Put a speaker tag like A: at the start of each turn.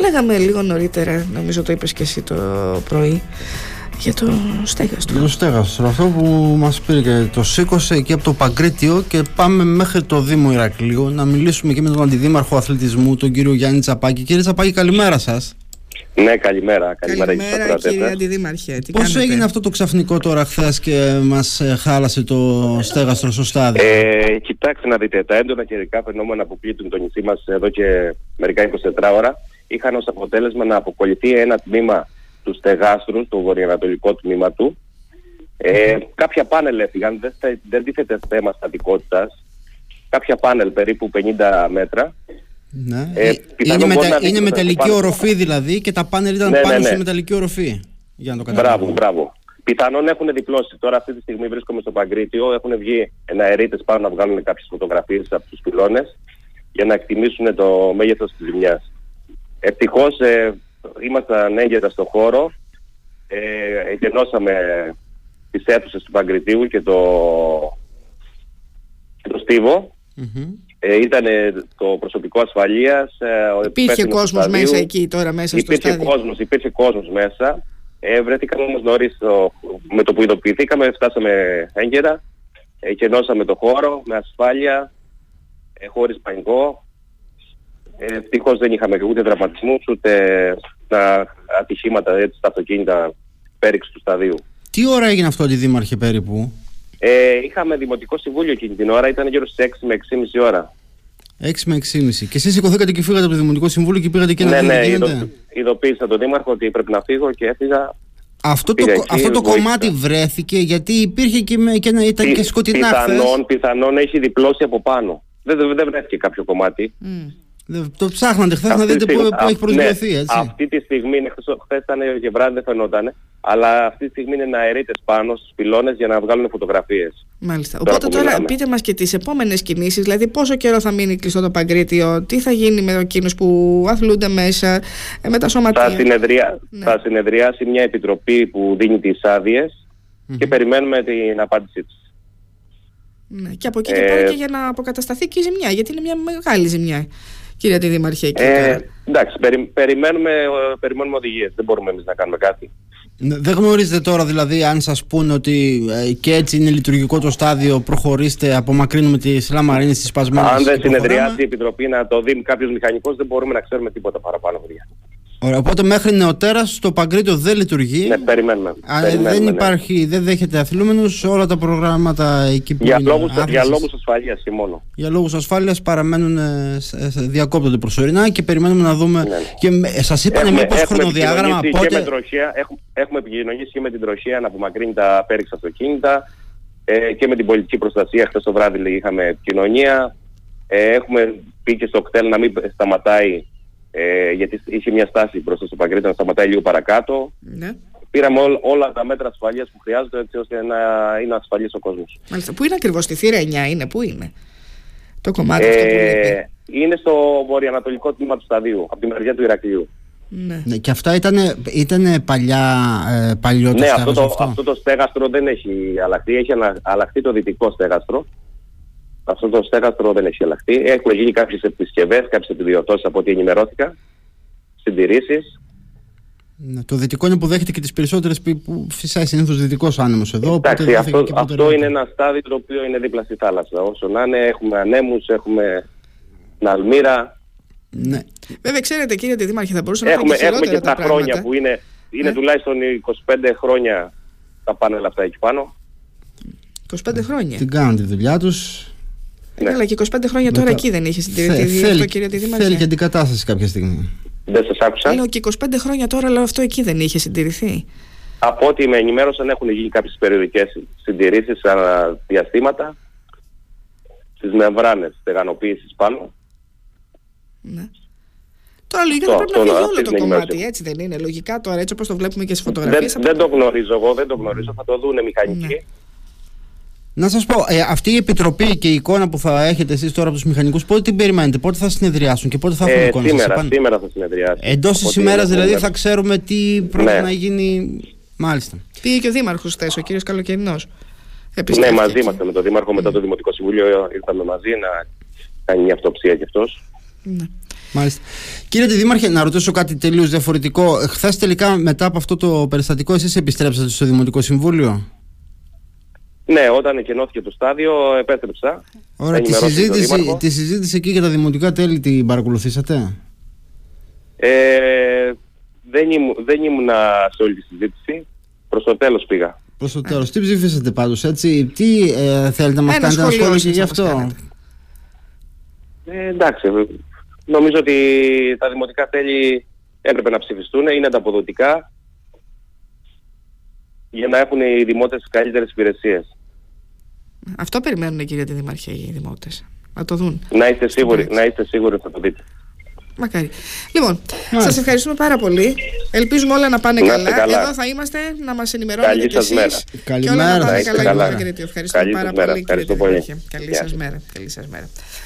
A: Λέγαμε λίγο νωρίτερα, νομίζω το είπες και εσύ το πρωί, για το στέγαστρο.
B: Το στέγαστρο, αυτό που μας πήρε και το σήκωσε εκεί από το Παγκρίτιο και πάμε μέχρι το Δήμο Ηρακλείου να μιλήσουμε και με τον Αντιδήμαρχο Αθλητισμού, τον κύριο Γιάννη Τσαπάκη. Κύριε Τσαπάκη, καλημέρα σας.
C: Ναι, καλημέρα. Καλημέρα,
A: Καλημέρα κύριε Αντιδήμαρχε. Τι
B: Πώς
A: κάνετε?
B: έγινε αυτό το ξαφνικό τώρα χθες και μας χάλασε το στέγαστρο στο στάδιο.
C: Ε, κοιτάξτε να δείτε, τα έντονα καιρικά φαινόμενα που πλήττουν το νησί μας εδώ και μερικά 24 ώρα είχαν ως αποτέλεσμα να αποκολληθεί ένα τμήμα τους στεγάστρου, το βορειοανατολικό τμήμα του. Ε, κάποια πάνελ έφυγαν, δεν, θε- δεν τίθεται θέμα στατικότητας. Κάποια πάνελ περίπου 50 μέτρα.
B: ναι. Ε,
C: ε,
B: είναι,
C: πιθανόν μπορεί
B: μετα,
C: να
B: είναι
C: δείξουμε
B: μεταλλική
C: πάνω.
B: οροφή δηλαδή και τα πάνελ ήταν
C: Ναι, ναι,
B: πάνω σε
C: ναι.
B: μεταλλική οροφή. Για να το καταλάβω.
C: Μπράβο, μπράβο. Πιθανόν έχουν διπλώσει. Τώρα αυτή τη στιγμή βρίσκομαι στο Παγκρίτιο. Έχουν βγει εναερίτες πάνω να βγάλουν κάποιες φωτογραφίες από τους πυλώνες για να εκτιμήσουν το μέγεθος της ζημιάς. Ευτυχώς ε, ήμασταν έγκαιρα στο χώρο. Ε, εκενώσαμε τις αίθουσες του Παγκριτίου και το, και το στίβο.
B: Μμμ.
C: Ε, ήταν το προσωπικό ασφαλείας. ε, ο
A: Υπήρχε
C: υπεύθυνος του
A: κόσμος
C: σταδίου.
A: μέσα εκεί τώρα, μέσα στο
C: Υπήρχε
A: στάδιο.
C: κόσμος, υπήρχε κόσμος μέσα. Ε, βρέθηκαν όμως νωρίς ο- με το που ειδοποιηθήκαμε, φτάσαμε έγκαιρα, ε, κενώσαμε το χώρο με ασφάλεια, ε, χωρίς πανικό. Ε, ευτυχώς δεν είχαμε ούτε τραυματισμούς, ούτε τα ατυχήματα έτσι, στα αυτοκίνητα πέριξ του σταδίου.
B: Τι ώρα έγινε αυτό, Αντιδήμαρχε, περίπου.
C: Ε, είχαμε δημοτικό συμβούλιο εκείνη την ώρα, ήταν γύρω στις 6 με 6,5 ώρα.
B: 6 με 6,5. Και εσείς σηκωθήκατε και φύγατε από το Δημοτικό Συμβούλιο και πήγατε και να
C: ναι,
B: δείτε
C: ναι,
B: τι γίνεται.
C: ειδο- ειδοποίησα τον Δήμαρχο ότι πρέπει να φύγω και έφυγα
B: Αυτό το,
C: Πήγα
B: κο-
C: εκεί,
B: αυτό το
C: βοήθησα.
B: κομμάτι βρέθηκε γιατί υπήρχε και, με, και, ένα, ήταν
C: Πι-
B: και σκοτεινά χθες.
C: πιθανόν, πιθανόν έχει διπλώσει από πάνω. Δεν, δεν, δεν βρέθηκε κάποιο κομμάτι.
A: Μμ.
B: Δε- Το ψάχνατε χθες
C: Αυτή
B: να
C: τη
B: δείτε πού,
C: στιγμή-
B: πού
C: α,
B: έχει προσβληθεί,
C: ναι,
B: έτσι.
C: Αυτή τη στιγμή, χθε ήταν και βράδυ, δεν φαινόταν. Αλλά αυτή τη στιγμή είναι αερίτες πάνω στους πυλώνες για να βγάλουν φωτογραφίες.
A: Μάλιστα.
C: Τώρα
A: Οπότε
C: που
A: τώρα
C: μιλάμε.
A: πείτε μας και τις επόμενες κινήσεις, δηλαδή πόσο καιρό θα μείνει κλειστό το Παγκρίτιο, τι θα γίνει με εκείνους που αθλούνται μέσα, ε, με τα
C: Θα,
A: σωματεία.
C: συνεδρια...
A: Ναι.
C: θα συνεδριάσει μια επιτροπή που δίνει τις άδειες και περιμένουμε την απάντησή της.
A: Ναι. Και από εκεί και
C: Ε,
A: πέρα και για να αποκατασταθεί και η ζημιά, γιατί είναι μια μεγάλη ζημιά, κύριε Αντιδήμαρχε. εκεί
C: Ε,
A: τώρα.
C: εντάξει, περι- περιμένουμε, ε, περιμένουμε οδηγίες. Δεν μπορούμε εμείς να κάνουμε κάτι.
B: Ναι, Δεν γνωρίζετε τώρα δηλαδή αν σας πούνε ότι ε, και έτσι είναι λειτουργικό το στάδιο, προχωρήστε, απομακρύνουμε τις λαμαρίνες, τις σπασμένες.
C: Αν δεν
B: και προχωράμε.
C: συνεδριάσει η επιτροπή να το δει κάποιος μηχανικός δεν μπορούμε να ξέρουμε τίποτα παραπάνω. παιδιά.
B: Ωραία, οπότε μέχρι νεοτέρας το Παγκρίτιο δεν λειτουργεί.
C: Ναι, περιμένουμε.
B: Α,
C: περιμένουμε,
B: δεν
C: ναι.
B: υπάρχει, δεν δέχεται αθλούμενους, όλα τα προγράμματα εκεί που
C: Για
B: είναι
C: λόγους, για
B: άθλησης.
C: λόγους ασφαλείας και μόνο.
B: για λόγους ασφάλειας παραμένουν ε, σ- ε, διακόπτονται προσωρινά και περιμένουμε να δούμε
C: Ναι.
B: και με- ε, σας είπανε μήπως χρονοδιάγραμμα
C: επικοινωνήσει και
B: πότε
C: με τροχέα, έχουμε, έχουμε επικοινωνήσει και με την τροχέα να απομακρύνει τα πέριξα αυτοκίνητα ε, και με την πολιτική προστασία. Χθες το βράδυ λέει, είχαμε επικοινωνία. Ε, έχουμε πει και στο κτέλ να μην σταματάει ε, γιατί είχε μια στάση μπροστά στο Παγκρίτιο να σταματάει λίγο παρακάτω.
A: Ναι.
C: Πήραμε ό, όλα τα μέτρα ασφαλείας που χρειάζονται έτσι ώστε να είναι ασφαλής ο κόσμος.
A: Μάλιστα. Πού είναι ακριβώς τη θύρα 9, είναι, πού είναι το κομμάτι αυτό που
C: Ε,
A: λείπει.
C: είναι στο βορειοανατολικό τμήμα του σταδίου, από τη μεριά του Ηρακλείου.
A: Ναι.
B: Ναι, και αυτά ήταν ήτανε παλιά, ε, παλιό το
C: Ναι, αυτό
B: στέγασμα
C: το,
B: αυτό.
C: αυτό. το στέγαστρο δεν έχει αλλάχθεί. Έχει ανα- αλλάχθεί το δυτικό στέγαστρο. Αυτό το στέγαστρο δεν έχει αλλάχθεί. Έχουν γίνει κάποιες επισκευές, κάποιες επιδιωτώσει από ό,τι ενημερώθηκα. Συντηρήσεις.
B: Ναι, το δυτικό είναι που δέχεται και τις περισσότερες που- που φυσάει συνήθως δυτικός άνεμος εδώ. οπότε
C: Εντάξει,
B: δέχεται
C: αυτό,
B: και
C: αυτό
B: προτεραιότητα.
C: είναι ένα στάδιο το οποίο είναι δίπλα στη θάλασσα. Όσο να είναι, έχουμε ανέμους, έχουμε την αλμύρα.
B: Ναι.
A: Βέβαια, ξέρετε, κύριε Αντιδήμαρχε, θα μπορούσαν να
C: Έχουμε,
A: είναι και
C: έχουμε
A: χειρότερα
C: και τα,
A: τα πράγματα.
C: χρόνια που είναι, είναι
A: Ε.
C: τουλάχιστον 25 χρόνια τα πάνελ αυτά εκεί πάνω.
A: 25 χρόνια.
B: Την κάνουν τη δουλειά τους.
A: Ναι. αλλά και 25 χρόνια τώρα
B: Μετά-
A: εκεί δεν είχε
B: Θε-
A: συντηρηθεί Θε, αυτό,
B: θέλει,
A: κύριε
B: θέλει και
A: Αντιδήμαρχε.
B: αντικατάσταση κάποια στιγμή.
C: Δεν σας άκουσα.
A: Λέω και 25 χρόνια τώρα, αλλά αυτό εκεί δεν είχε συντηρηθεί.
C: Από ό,τι με ενημέρωσαν έχουν γίνει κάποιες περιοδικές συντηρήσεις ανά διαστήματα στις μεμβράνες στεγανοποίησης πάνω.
A: Ναι. Τώρα λογικά θα
C: Αυτό,
A: πρέπει
C: αυτό,
A: να φύγει
C: αυτή
A: όλο το
C: την
A: κομμάτι,
C: ενημέρωση.
A: έτσι δεν είναι. Λογικά τώρα, έτσι όπως το βλέπουμε και στις
C: Δεν,
A: φωτογραφίες.
C: δεν το γνωρίζω εγώ, δεν το γνωρίζω, θα το
A: Ναι.
C: δούνε μηχανικοί.
B: Να σας πω, ε, αυτή η επιτροπή και η εικόνα που θα έχετε εσείς τώρα από τους μηχανικούς, πότε την περιμένετε, πότε θα συνεδριάσουν και πότε θα έχουν
C: Ε,
B: εικόνα σας
C: σήμερα,
B: επάνω?
C: σήμερα θα συνεδριάσει.
B: Εντό τη
C: Οπότε
B: ημέρας
C: είναι
B: δηλαδή
C: σήμερα.
B: θα ξέρουμε τι πρόκειται
C: Ναι.
B: να γίνει. Μάλιστα.
A: Πήγε και ο Δήμαρχος χθες, ο κύριος Καλοκαιρινός.
C: Ναι, μαζί είμαστε με τον
B: Ναι.
C: Δήμαρχο, μετά το Δημοτικό Συμβούλιο ήρθαμε μαζί να κάνει μια αυτοψία κι αυτός.
A: Ναι.
B: Μάλιστα. Κύριε Δήμαρχε, να ρωτήσω κάτι τελείως διαφορετικό. Χθες τελικά μετά από αυτό το περιστατικό, εσείς επιστρέψατε στο Δημοτικό Συμβούλιο.
C: Ναι, όταν εκενώθηκε το στάδιο, επέστρεψα.
B: Ωραία, τη
C: Ενημερώθηκε το
B: συζήτηση,
C: Δήμαρχος.
B: τη συζήτηση εκεί για τα δημοτικά τέλη την παρακολουθήσατε.
C: Ε, δεν, ήμουν, δεν ήμουνα σε όλη τη συζήτηση. Προς το τέλος πήγα.
B: Προς το τέλος, τι ψηφίσατε πάντως, έτσι. Τι ε, θέλετε να μας
A: Ένα
B: κάνετε
A: σχόλιο
B: ένα σχόλιο και
A: ίσως
B: γι'
A: όπως
B: αυτό.
A: κάνετε.
C: Ε, εντάξει. ε, Νομίζω ότι τα δημοτικά τέλη έπρεπε να ψηφιστούν, είναι ανταποδοτικά για να έχουν οι δημότες καλύτερες υπηρεσίες.
A: Αυτό περιμένουν, κύριε Δήμαρχε, οι δημότες. Να το δουν.
C: Να είστε σίγουροι,
A: πράξη.
C: να είστε σίγουροι ότι θα το δείτε.
A: Μακάρι. Λοιπόν,
B: Μάλιστα.
A: σας ευχαριστούμε πάρα πολύ. Ελπίζουμε όλα να πάνε
C: Να είστε
A: καλά.
C: καλά.
A: Εδώ θα είμαστε να μας ενημερώνετε
C: Καλή
A: κι
C: σας
A: εσείς.
C: μέρα.
A: Και όλα να
B: Καλημέρα.
A: πάνε
C: Να
A: καλά,
C: είστε
A: καλά.
C: καλά.
A: κύριε Κρήτη. Ευχαριστούμε
C: Καλή σας
A: πάρα
C: μέρα.
A: πολύ, κύριε
C: Ευχαριστώ πολύ.
A: Δημάρχε. Καλή
C: Γεια
A: σας
C: σας.
A: μέρα. Καλή σας μέρα.